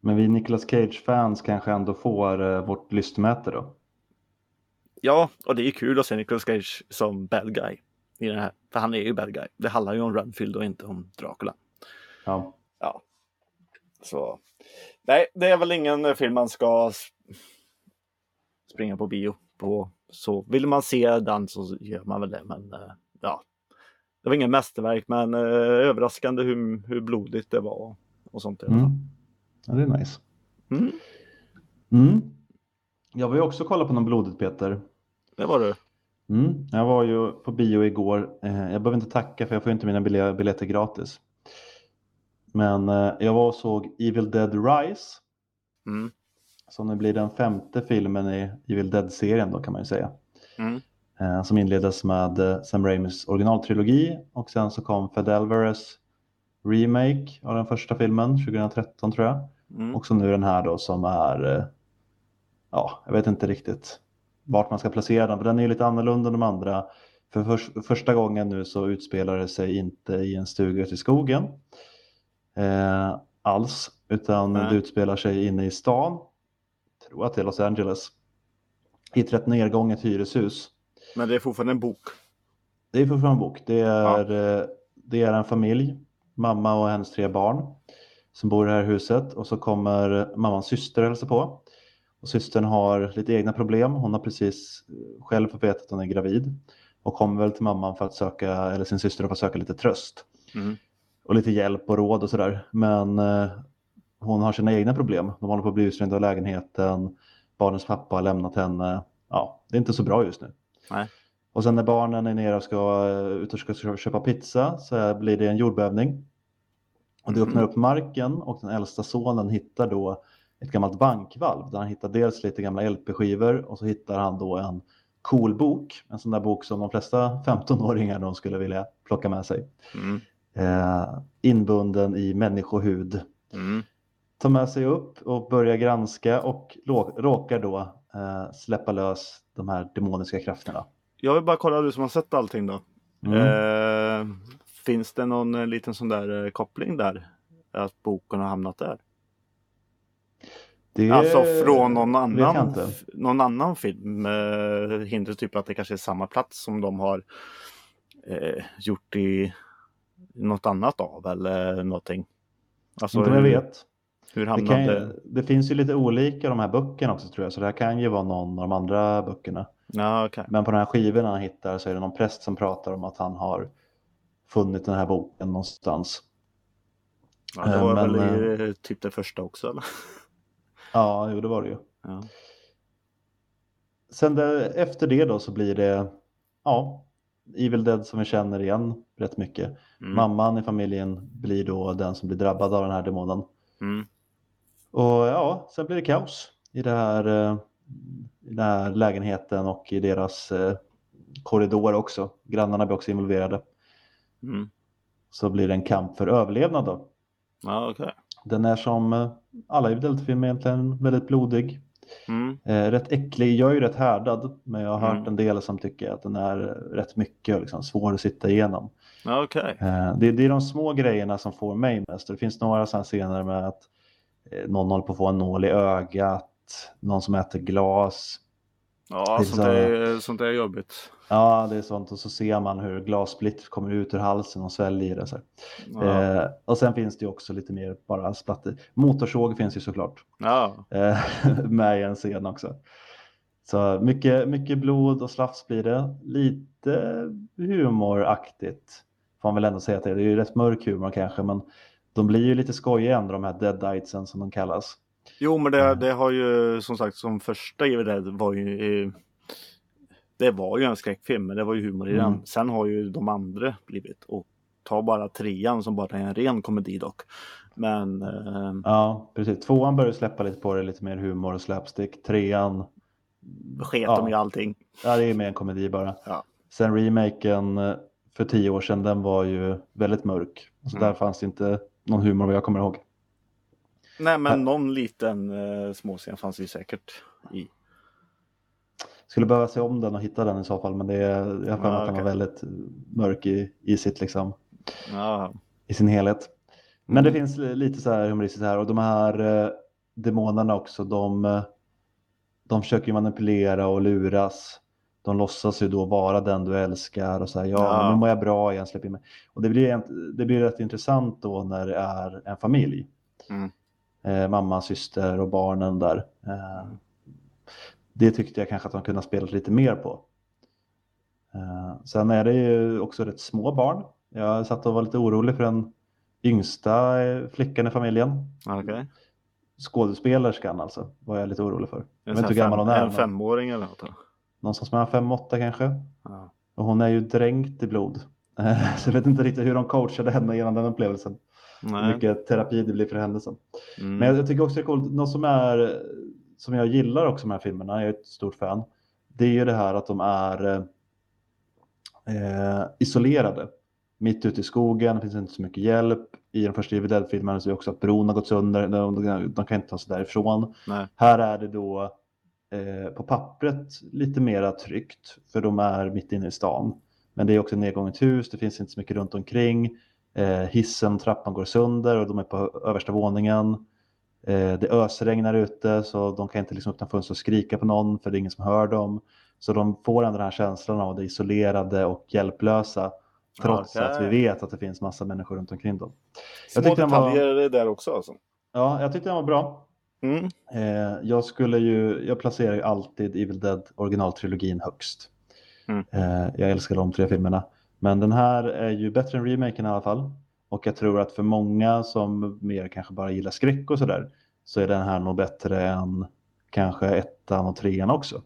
Speaker 1: men vi Nicolas Cage-fans kanske ändå får eh, vårt lystmäte då.
Speaker 2: Ja, och det är kul att se Nicolas Cage som bad guy i den här. För han är ju bad guy. Det handlar ju om Renfield och inte om Dracula.
Speaker 1: Ja.
Speaker 2: Så nej, det är väl ingen eh, film man ska s- springa på bio på. Så vill man se den så gör man väl det. Men eh, ja, det var ingen mästerverk, men eh, överraskande hur, hur blodigt det var och, och sånt. i alla fall.
Speaker 1: Mm. ja, det är nice.
Speaker 2: typ, Mm,
Speaker 1: Mm. Jag var ju också och kollade på någon blodigt Peter.
Speaker 2: det var det.
Speaker 1: Mm. Jag var ju på bio igår. Eh, Jag behöver inte tacka för jag får ju inte mina bilje- biljetter gratis. Men eh, jag var och såg Evil Dead Rise.
Speaker 2: Mm.
Speaker 1: Som nu blir den femte filmen i Evil Dead-serien då kan man ju säga.
Speaker 2: Mm.
Speaker 1: Eh, Som inleddes med eh, Sam Raimis originaltrilogi och sen så kom Fed Alvarez remake av den första filmen 2013 tror jag.
Speaker 2: Mm.
Speaker 1: Och så nu den här då som är, eh, ja, jag vet inte riktigt vart man ska placera den, för den är ju lite annorlunda än de andra. För förs- första gången nu så utspelar det sig inte i en stuga ute i skogen eh, alls, utan
Speaker 2: Nej.
Speaker 1: det utspelar sig inne i stan, tror att det är Los Angeles, i ett rätt nedgånget hyreshus.
Speaker 2: Men det är fortfarande en bok.
Speaker 1: Det är fortfarande en bok. Det är, eh, det är en familj, mamma och hennes tre barn som bor i det här huset och så kommer mammans syster och hälsa på. Och systern har lite egna problem. Hon har precis eh, själv fått veta att hon är gravid och kommer väl till mamman för att söka, eller sin syster för att söka lite tröst
Speaker 2: Mm.
Speaker 1: och lite hjälp och råd och sådär. Men eh, hon har sina egna problem. De håller på att bli utslängda av lägenheten. Barnens pappa har lämnat henne. Ja, det är inte så bra just nu.
Speaker 2: Nej.
Speaker 1: Och sen när barnen är nere och ska eh, ut och ska kö- köpa pizza så här blir det en jordbävning. Och det öppnar upp marken och den äldsta sonen hittar då ett gammalt bankvalv där han hittar dels lite gamla LP-skivor och så hittar han då en cool bok. En sån där bok som de flesta 15-åringar de skulle vilja plocka med sig
Speaker 2: Mm.
Speaker 1: eh, inbunden i människohud.
Speaker 2: Mm.
Speaker 1: Tar med sig upp och börjar granska och lå- råkar då eh, släppa lös de här demoniska krafterna.
Speaker 2: Jag vill bara kolla du som har sett allting då.
Speaker 1: Mm.
Speaker 2: Eh, finns det någon eh, liten sån där eh, koppling där? Att boken har hamnat där?
Speaker 1: Det
Speaker 2: Alltså från någon
Speaker 1: vet jag
Speaker 2: annan,
Speaker 1: inte.
Speaker 2: f- någon annan film? Eh, hindrar typ att det kanske är samma plats som de har eh, gjort i något annat av eller någonting? Alltså
Speaker 1: Inte vad jag
Speaker 2: hur,
Speaker 1: vet.
Speaker 2: hur
Speaker 1: Det, kan,
Speaker 2: hamnade...
Speaker 1: ju- det finns ju lite olika de här böckerna också tror jag, så det här kan ju vara någon av de andra böckerna.
Speaker 2: Ja, okej.
Speaker 1: Men på de här skivorna han hittar så är det någon präst som pratar om att han har funnit den här boken någonstans.
Speaker 2: ja, det
Speaker 1: Eh,
Speaker 2: var
Speaker 1: men,
Speaker 2: väl i, typ det första också eller?
Speaker 1: Ja, jo, det var det ju.
Speaker 2: Ja.
Speaker 1: Sen där, efter det då så blir det, ja, Evil Dead som vi känner igen rätt mycket.
Speaker 2: Mm.
Speaker 1: Mamman i familjen blir då den som blir drabbad av den här demonen.
Speaker 2: Mm.
Speaker 1: Och ja, sen blir det kaos i, det här, eh, i den här lägenheten och i deras eh, korridor också. Grannarna blir också involverade.
Speaker 2: Mm.
Speaker 1: Så blir det en kamp för överlevnad då.
Speaker 2: Ja, okej.
Speaker 1: Den är som eh, alla Evidellt-filmer egentligen väldigt blodig.
Speaker 2: Mm.
Speaker 1: Eh, rätt äcklig, jag är ju rätt härdad men jag har hört
Speaker 2: Mm.
Speaker 1: en del som tycker att den är rätt mycket och liksom, svår att sitta igenom.
Speaker 2: Ja, Okej.
Speaker 1: Eh, Det, det är de små grejerna som får mig mest. Det finns några sådana scener med att eh, någon håller på att få en nål i ögat, någon som äter glas.
Speaker 2: Ja,
Speaker 1: Det är
Speaker 2: sånt där, sånt där är jobbigt.
Speaker 1: Ja, det är sånt och så ser man hur glassplitt kommer ut ur halsen och sväljer det. Så här.
Speaker 2: Ja.
Speaker 1: Eh, och sen finns det ju också lite mer bara splatter. Motorsåg finns ju såklart
Speaker 2: Ja.
Speaker 1: eh, med i en scen också. Så mycket, mycket blod och slafs blir det. Lite humoraktigt får man väl ändå säga att det är. Det är ju rätt mörk humor kanske, men de blir ju lite skojiga ändå, de här deadightsen som de kallas.
Speaker 2: Jo, men
Speaker 1: Mm.
Speaker 2: det, det har ju som sagt som första Evil Dead var ju eh, Det var ju en skräckfilm, men det var ju humor i den.
Speaker 1: Mm.
Speaker 2: Sen har ju de andra blivit och ta bara trean som bara är en ren komedi dock. Men eh,
Speaker 1: Ja, precis. Tvåan börjar släppa lite på det, lite mer humor och slapstick. Trean,
Speaker 2: sket
Speaker 1: Ja.
Speaker 2: de ju allting.
Speaker 1: ja, det är mer en komedi bara.
Speaker 2: Ja.
Speaker 1: Sen remaken eh, för tio år sedan, den var ju väldigt mörk. Så
Speaker 2: Mm.
Speaker 1: där fanns det inte någon humor vad jag kommer ihåg.
Speaker 2: Nej, men
Speaker 1: Ja.
Speaker 2: någon liten eh, småscen fanns det ju säkert i.
Speaker 1: Skulle behöva se om den och hitta den i så fall, men det är, jag har för mig
Speaker 2: Ja,
Speaker 1: att den var
Speaker 2: okej.
Speaker 1: väldigt eh, mörk i, i, sitt, liksom,
Speaker 2: Ja.
Speaker 1: i sin helhet. Men
Speaker 2: Mm.
Speaker 1: det finns li- lite så här humoristiskt här och de här eh, demonerna också, de, eh, de försöker ju manipulera och luras. De låtsas ju då vara den du älskar och så här, ja,
Speaker 2: Ja.
Speaker 1: men nu mår jag bra igen, släpp in mig. Och det blir, egent- det blir rätt intressant då när det är en familj.
Speaker 2: Mm.
Speaker 1: Eh, mamma, syster och barnen där. Eh, det tyckte jag kanske att de kunde ha spelat lite mer på. Eh, sen är det ju också rätt små barn. Jag satt och var lite orolig för den yngsta eh, flickan i familjen.
Speaker 2: Okej. Okay.
Speaker 1: Skådespelerskan alltså, var jag lite orolig för. Jag vet inte hur gammal hon är.
Speaker 2: En
Speaker 1: men
Speaker 2: femåring eller något. då.
Speaker 1: Någonstans mellan fem och åtta kanske.
Speaker 2: Ja.
Speaker 1: Och hon är ju dränkt i blod. Eh, Så jag vet inte riktigt hur de coachade henne genom den upplevelsen. Hur
Speaker 2: Nej.
Speaker 1: mycket terapi det blir för henne sen.
Speaker 2: Mm.
Speaker 1: Men jag, jag tycker också det är coolt, något som, är, som jag gillar också med de här filmerna, jag är ett stort fan, det är ju det här att de är eh, isolerade. Mitt ute i skogen, det finns inte så mycket hjälp. I den första Evil Dead-filmen så är det också att bron har gått sönder, de, de, de kan inte ta sig därifrån.
Speaker 2: Nej.
Speaker 1: Här är det då eh, på pappret lite mera tryggt, för de är mitt inne i stan. Men det är också nedgånget hus, det finns inte så mycket runt omkring. Eh, hissen, trappan går sönder och de är på översta våningen. Eh, det ösregnar ute så de kan inte liksom öppna fönster och skrika på någon för det är ingen som hör dem. Så de får ändå den här känslan av det isolerade och hjälplösa trots
Speaker 2: Okej.
Speaker 1: att vi vet att det finns massa människor runt omkring dem.
Speaker 2: Små
Speaker 1: tyckte den var-
Speaker 2: detaljer där också alltså.
Speaker 1: Ja, jag tyckte den var bra.
Speaker 2: Mm.
Speaker 1: Eh, jag, skulle ju, jag placerar ju alltid Evil Dead originaltrilogin högst.
Speaker 2: Mm.
Speaker 1: Eh, jag älskar de tre filmerna. Men den här är ju bättre än remaken i alla fall. Och jag tror att för många som mer kanske bara gillar skräck och sådär så är den här nog bättre än kanske ettan och trean också.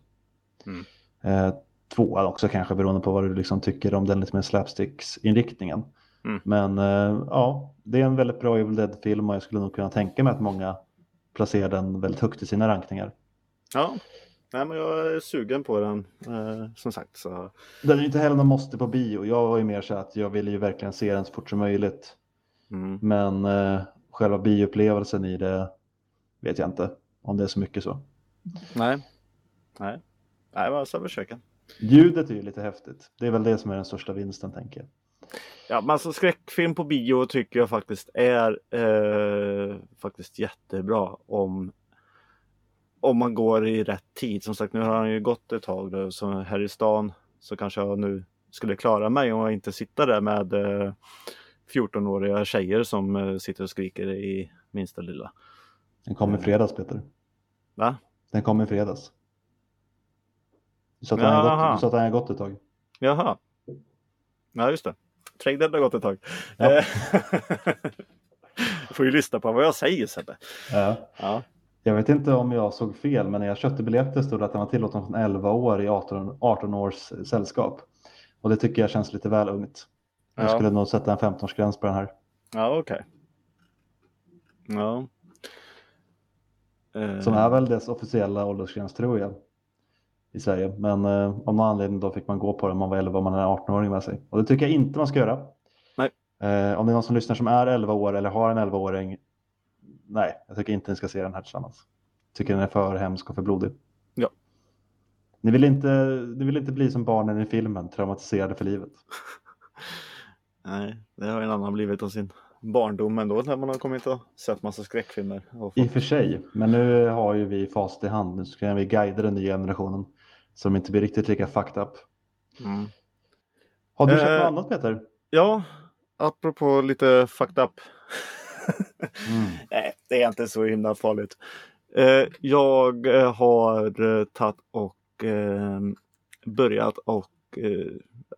Speaker 2: Mm.
Speaker 1: Eh, tvåan också kanske beroende på vad du liksom tycker om den lite mer slapsticks-inriktningen.
Speaker 2: Mm.
Speaker 1: Men eh, ja, det är en väldigt bra Evil Dead-film och jag skulle nog kunna tänka mig att många placerar den väldigt högt i sina rankningar.
Speaker 2: Ja, nej men jag är sugen på den eh, som sagt. Så.
Speaker 1: Den är ju inte heller någon måste på bio. Jag var ju mer så att jag ville ju verkligen se den så fort som möjligt.
Speaker 2: Mm.
Speaker 1: Men eh, själva bioupplevelsen i det vet jag inte om det är så mycket så.
Speaker 2: Nej. Nej. Nej, men jag ska försöka.
Speaker 1: Ljudet är ju lite häftigt. Det är väl det som är den största vinsten tänker jag.
Speaker 2: Ja, men alltså skräckfilm på bio tycker jag faktiskt är eh, faktiskt jättebra om om man går i rätt tid. Som sagt, nu har han ju gått ett tag nu, så här i stan så kanske jag nu skulle klara mig om jag inte sitter där med eh, 14-åriga tjejer som eh, sitter och skriker i minsta lilla.
Speaker 1: Den kom i fredags Peter.
Speaker 2: Mm. Va?
Speaker 1: Den kom i fredags. Du sa att, den har
Speaker 2: Jaha.
Speaker 1: gått, du sa att den har gått ett tag.
Speaker 2: Jaha. Ja, just det. Trängde ändå gått ett tag.
Speaker 1: Ja.
Speaker 2: Eh, Får ju lyssna på vad jag säger Sebbe.
Speaker 1: Ja.
Speaker 2: Ja.
Speaker 1: Jag vet inte om jag såg fel, men när jag köpte biljetter stod det att den var tillåten från 11 år i 18, 18 års sällskap. Och det tycker jag känns lite väl ungt. Jag
Speaker 2: Ja.
Speaker 1: skulle nog sätta en 15-årsgräns på den här.
Speaker 2: Ja, okej. Ja. Eh,
Speaker 1: Som
Speaker 2: Mm.
Speaker 1: är väl dess officiella åldersgräns tror jag. I Sverige. Men eh, om någon anledning då fick man gå på den om man var 11 och man är 18-åring med sig. Och det tycker jag inte man ska göra.
Speaker 2: Nej.
Speaker 1: Eh, om det är någon som lyssnar som är 11 år eller har en 11-åring. nej, jag tycker inte ni ska se den här tillsammans. Tycker den är för hemsk och för blodig.
Speaker 2: Ja.
Speaker 1: Ni vill inte, ni vill inte bli som barnen i filmen, traumatiserade för livet.
Speaker 2: Nej, det har en annan blivit av sin barndom ändå när man har kommit och sett massa skräckfilmer. Och
Speaker 1: I
Speaker 2: fått...
Speaker 1: och för sig, men nu har ju vi facit i hand. Nu ska vi guida den nya generationen så de inte blir riktigt lika fucked up.
Speaker 2: mm.
Speaker 1: Har du sett
Speaker 2: Eh.
Speaker 1: något annat Peter?
Speaker 2: Ja, apropå lite fucked up.
Speaker 1: Mm.
Speaker 2: Nej, det är inte så himla farligt. Eh, jag eh, har eh, tagit och eh, börjat och eh,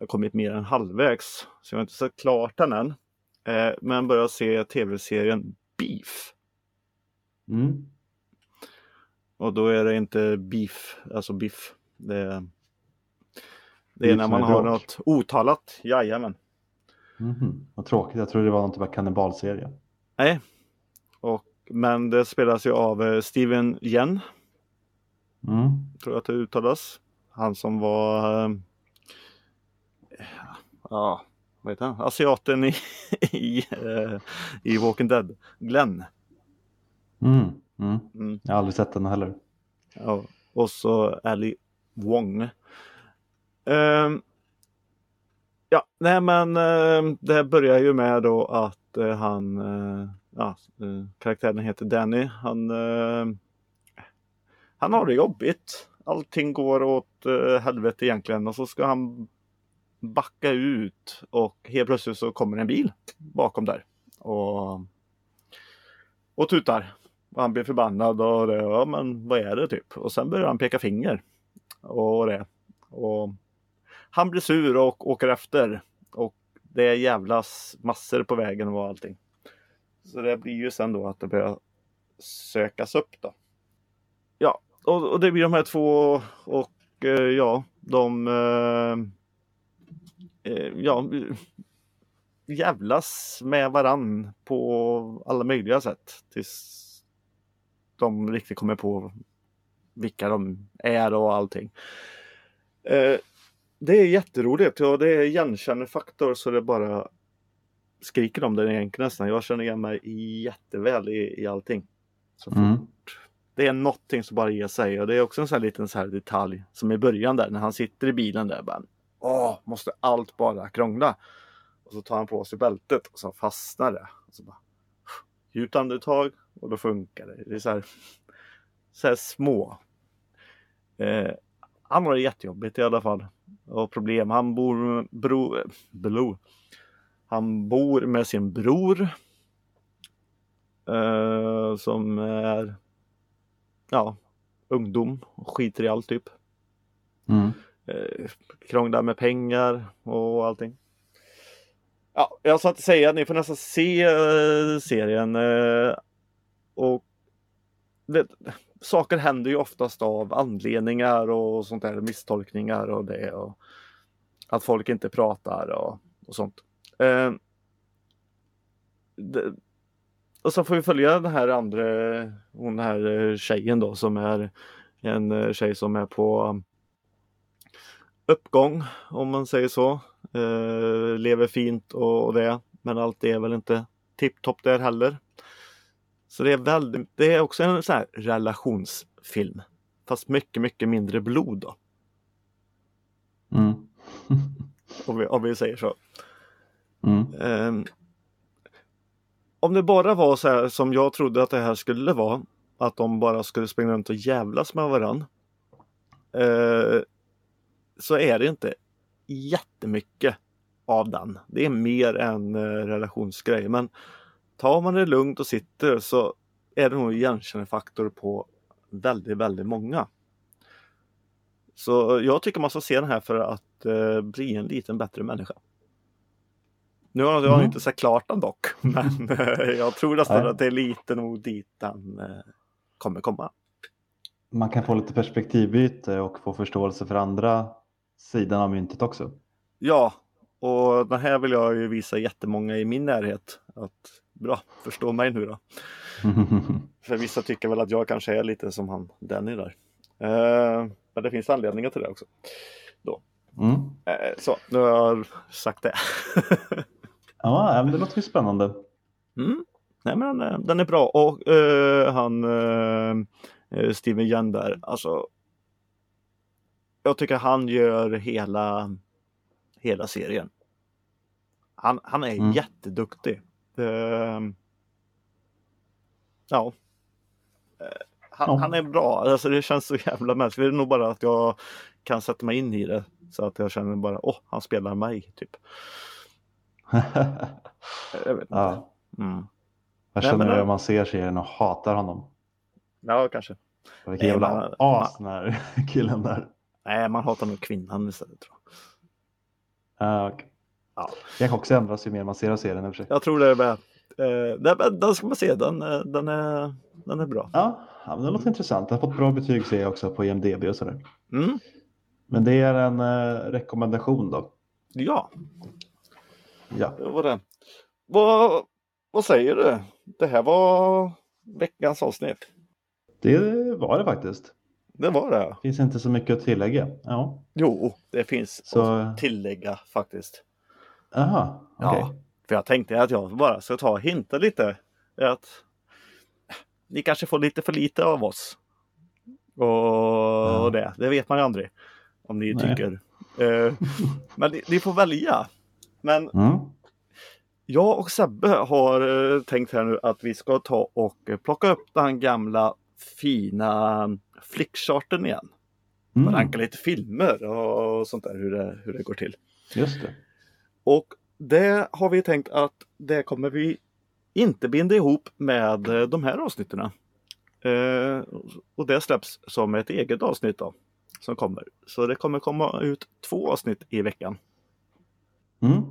Speaker 2: kommit mer än halvvägs. Så jag har inte sett klart den än. Eh, men börjar se tv-serien Beef.
Speaker 1: Mm.
Speaker 2: Och då är det inte beef, alltså biff. Det är, det är
Speaker 1: Beef
Speaker 2: när
Speaker 1: som
Speaker 2: man
Speaker 1: är
Speaker 2: har
Speaker 1: bråk.
Speaker 2: något otalat. Jajamän.
Speaker 1: Mhm. Vad tråkigt, jag trodde det var någon typ av kannibalserie.
Speaker 2: Nej. Och, men det spelas ju av eh, Steven Yen,
Speaker 1: Mm.
Speaker 2: tror jag att det uttalas. Han som var... eh, Ja, vad heter han? Asiaten i, i, eh, i Walking Dead. Glenn.
Speaker 1: Mm. Mm.
Speaker 2: Mm.
Speaker 1: Jag har aldrig sett den heller.
Speaker 2: Ja, och så Ali Wong. Ehm, ja, nej men ehm, det här börjar ju med då att eh, han, eh, ja, eh, karaktären heter Danny. Han, eh, han har det jobbigt. Allting går åt eh, helvete egentligen och så ska han backa ut och helt plötsligt så kommer en bil bakom där och, och tutar. Och han blir förbannad och det, ja men vad är det typ? Och sen börjar han peka finger. Och det. Och han blir sur och åker efter. Och det är jävlas massor på vägen och allting. Så det blir ju sen då att det börjar sökas upp då. Ja, och, och det blir de här två och eh, ja, de eh, eh, ja, jävlas med varann på alla möjliga sätt. Tills de riktigt kommer på vilka de är och allting. Eh, det är jätteroligt. Ja, det är igenkännandefaktor så det bara skriker om den egentligen nästan. Jag känner igen mig jätteväl i, i allting. Så
Speaker 1: Mm.
Speaker 2: det är någonting som bara ger sig och det är också en sån här liten så här detalj som i början där när han sitter i bilen där bara Åh, måste allt bara krångla? Och så tar han på sig bältet och så fastnar det. Och så bara, djupt andetag och då funkar det. Det är så här, så här små. Eh, han har det jättejobbigt i alla fall. Och problem. Han bor, bro, bro, han bor med sin bror. Eh, som är ja, ungdom och skiter i allt typ.
Speaker 1: Mm.
Speaker 2: Eh, krånglar med pengar och allting. Ja, jag ska inte säga, ni får nästan se eh, serien. Eh, och det, saker händer ju oftast av anledningar och sånt där, misstolkningar och det. Och att folk inte pratar och, och sånt. Eh, det, och så får vi följa den här andra, hon här eh, tjejen då som är en eh, tjej som är på uppgång om man säger så. Eh, lever fint och, och det. Men allt är väl inte tipptopp där heller. Så det är väldigt, det är också en sån här relationsfilm. Fast mycket, mycket mindre blod då.
Speaker 1: Mm.
Speaker 2: Om vi, om vi säger så.
Speaker 1: Mm.
Speaker 2: Ehm, om det bara var så här som jag trodde att det här skulle vara. Att de bara skulle springa runt och jävlas med varann. eh, så är det inte jättemycket av den. Det är mer en eh, relationsgrej. Men tar man det lugnt och sitter så är det nog igenkännandefaktor på väldigt, väldigt många. Så jag tycker man ska se den här för att eh, bli en liten bättre människa. Nu har jag
Speaker 1: Mm.
Speaker 2: inte sett klart den dock, men eh, jag tror nästan
Speaker 1: Nej.
Speaker 2: att det är lite nog dit den eh, kommer komma.
Speaker 1: Man kan få lite perspektivbyte och få förståelse för andra sidan av myntet också.
Speaker 2: Ja, och den här vill jag ju visa jättemånga i min närhet. Att, bra, förstå mig nu då.
Speaker 1: Mm.
Speaker 2: För vissa tycker väl att jag kanske är lite som han Danny där. Eh, men det finns anledningar till det också.
Speaker 1: Mm.
Speaker 2: Eh, så, nu har jag sagt det.
Speaker 1: Ja, men det låter ju spännande.
Speaker 2: Mm. Nej men den är, den är bra och eh, han eh, Steven Yeun där, alltså. Jag tycker han gör hela, hela serien. Han, han är
Speaker 1: Mm.
Speaker 2: jätteduktig. Eh, ja. Eh, Han,
Speaker 1: Ja.
Speaker 2: han är bra, alltså det känns så jävla mänskligt. Det är nog bara att jag kan sätta mig in i det. Så att jag känner bara, åh, han spelar mig, typ. Jag vet inte.
Speaker 1: ja.
Speaker 2: Mm.
Speaker 1: Jag
Speaker 2: Nej,
Speaker 1: känner
Speaker 2: men-
Speaker 1: hur man ser serien och hatar honom.
Speaker 2: Ja, kanske.
Speaker 1: Vilken
Speaker 2: Nej,
Speaker 1: jävla
Speaker 2: man-
Speaker 1: as den här killen där.
Speaker 2: Nej, man hatar nog kvinnan istället. Tror jag.
Speaker 1: Uh, okay.
Speaker 2: Ja.
Speaker 1: Kanske också ändras ju mer man ser av serien i och för sig.
Speaker 2: jag tror det är med. Eh, nej, men den ska man se, den, eh, den, är, den är bra.
Speaker 1: Ja, ja men det låter intressant. Jag har fått bra betyg ser jag också på E IMDB och sådär.
Speaker 2: Mm.
Speaker 1: Men det är en eh, rekommendation då.
Speaker 2: Ja,
Speaker 1: Ja.
Speaker 2: det var det. Vad, vad säger du? Det här var veckans avsnitt.
Speaker 1: Det var det faktiskt.
Speaker 2: Det var det.
Speaker 1: Finns inte så mycket att tillägga. Ja,
Speaker 2: Jo, det finns
Speaker 1: så...
Speaker 2: att tillägga faktiskt.
Speaker 1: Aha, okej.
Speaker 2: Ja. För jag tänkte att jag bara ska ta och hinta lite. Att ni kanske får lite för lite av oss. Och det, det vet man ju aldrig. Om ni
Speaker 1: Nej.
Speaker 2: tycker. Eh, men ni, ni får välja. Men
Speaker 1: Mm.
Speaker 2: jag och Sebbe har eh, tänkt här nu att vi ska ta och eh, plocka upp den gamla fina flickcharten igen.
Speaker 1: Mm.
Speaker 2: Ranka lite filmer och sånt där hur det, hur det går till.
Speaker 1: Just det.
Speaker 2: Och det har vi tänkt att det kommer vi inte binda ihop med eh, de här avsnitten. Eh, och det släpps som ett eget avsnitt då, som kommer. Så det kommer komma ut två avsnitt i veckan.
Speaker 1: Mm.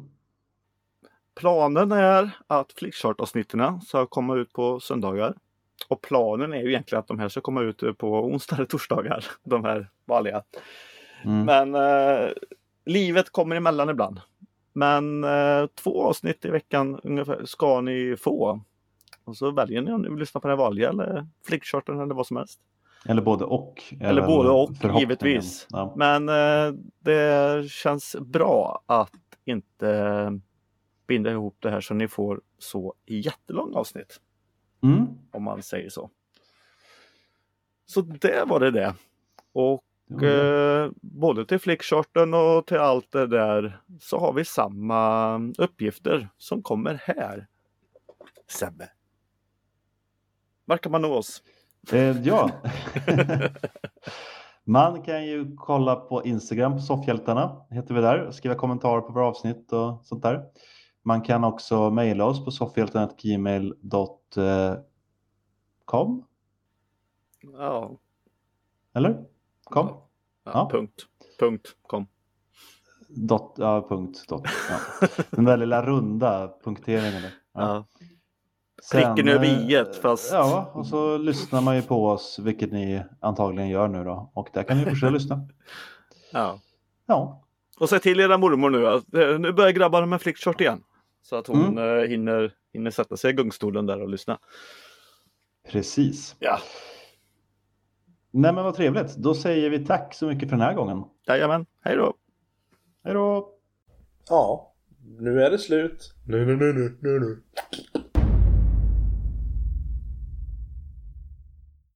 Speaker 2: Planen är att flickchart-avsnitten ska komma ut på söndagar. Och planen är ju egentligen att de här ska komma ut eh, på onsdagar och torsdagar. De här vanliga.
Speaker 1: Mm.
Speaker 2: Men eh, livet kommer emellan ibland. Men eh, två avsnitt i veckan ungefär ska ni få. Och så väljer ni om ni vill lyssna på den vanliga eller flickcharten eller vad som helst.
Speaker 1: Eller både och. är
Speaker 2: Eller
Speaker 1: väl
Speaker 2: både och,
Speaker 1: förhoppningen.
Speaker 2: givetvis.
Speaker 1: Ja.
Speaker 2: Men eh, det känns bra att inte eh, binda ihop det här så ni får så jättelånga avsnitt.
Speaker 1: Mm.
Speaker 2: Om man säger så. Så det var det det. Och
Speaker 1: Jo,
Speaker 2: Och, eh, både till flickcharten och till allt det där så har vi samma uppgifter som kommer här. Sebbe. Var kan man nå oss?
Speaker 1: Eh, ja. Man kan ju kolla på Instagram på Soffhjältarna, heter vi där, skriva kommentarer på våra avsnitt och sånt där. Man kan också mejla oss på soffhjältarna.gmail.com,
Speaker 2: Ja,
Speaker 1: eller? Kom? Ja.
Speaker 2: punkt. Punkt. Kom.
Speaker 1: Dot, ja, punkt, dot, ja. Den där lilla runda punkteringen. där.
Speaker 2: Ja.
Speaker 1: Sen,
Speaker 2: Pricken över
Speaker 1: eh,
Speaker 2: iet, fast-
Speaker 1: Ja, och så lyssnar man ju på oss, vilket ni antagligen gör nu då. Och där kan ni fortsätta lyssna.
Speaker 2: ja.
Speaker 1: Ja,
Speaker 2: Och säg till era mormor nu att eh, nu börjar grabbarna med flickchart igen. Så att hon eh, hinner, hinner sätta sig i gungstolen där och lyssna.
Speaker 1: precis.
Speaker 2: Ja.
Speaker 1: Nej men vad trevligt. Då säger vi tack så mycket för den här gången.
Speaker 2: Jajamän, hej då!
Speaker 1: Hej då!
Speaker 3: Ja, nu är det slut. Nu, nu, nu, nu, nu, nu.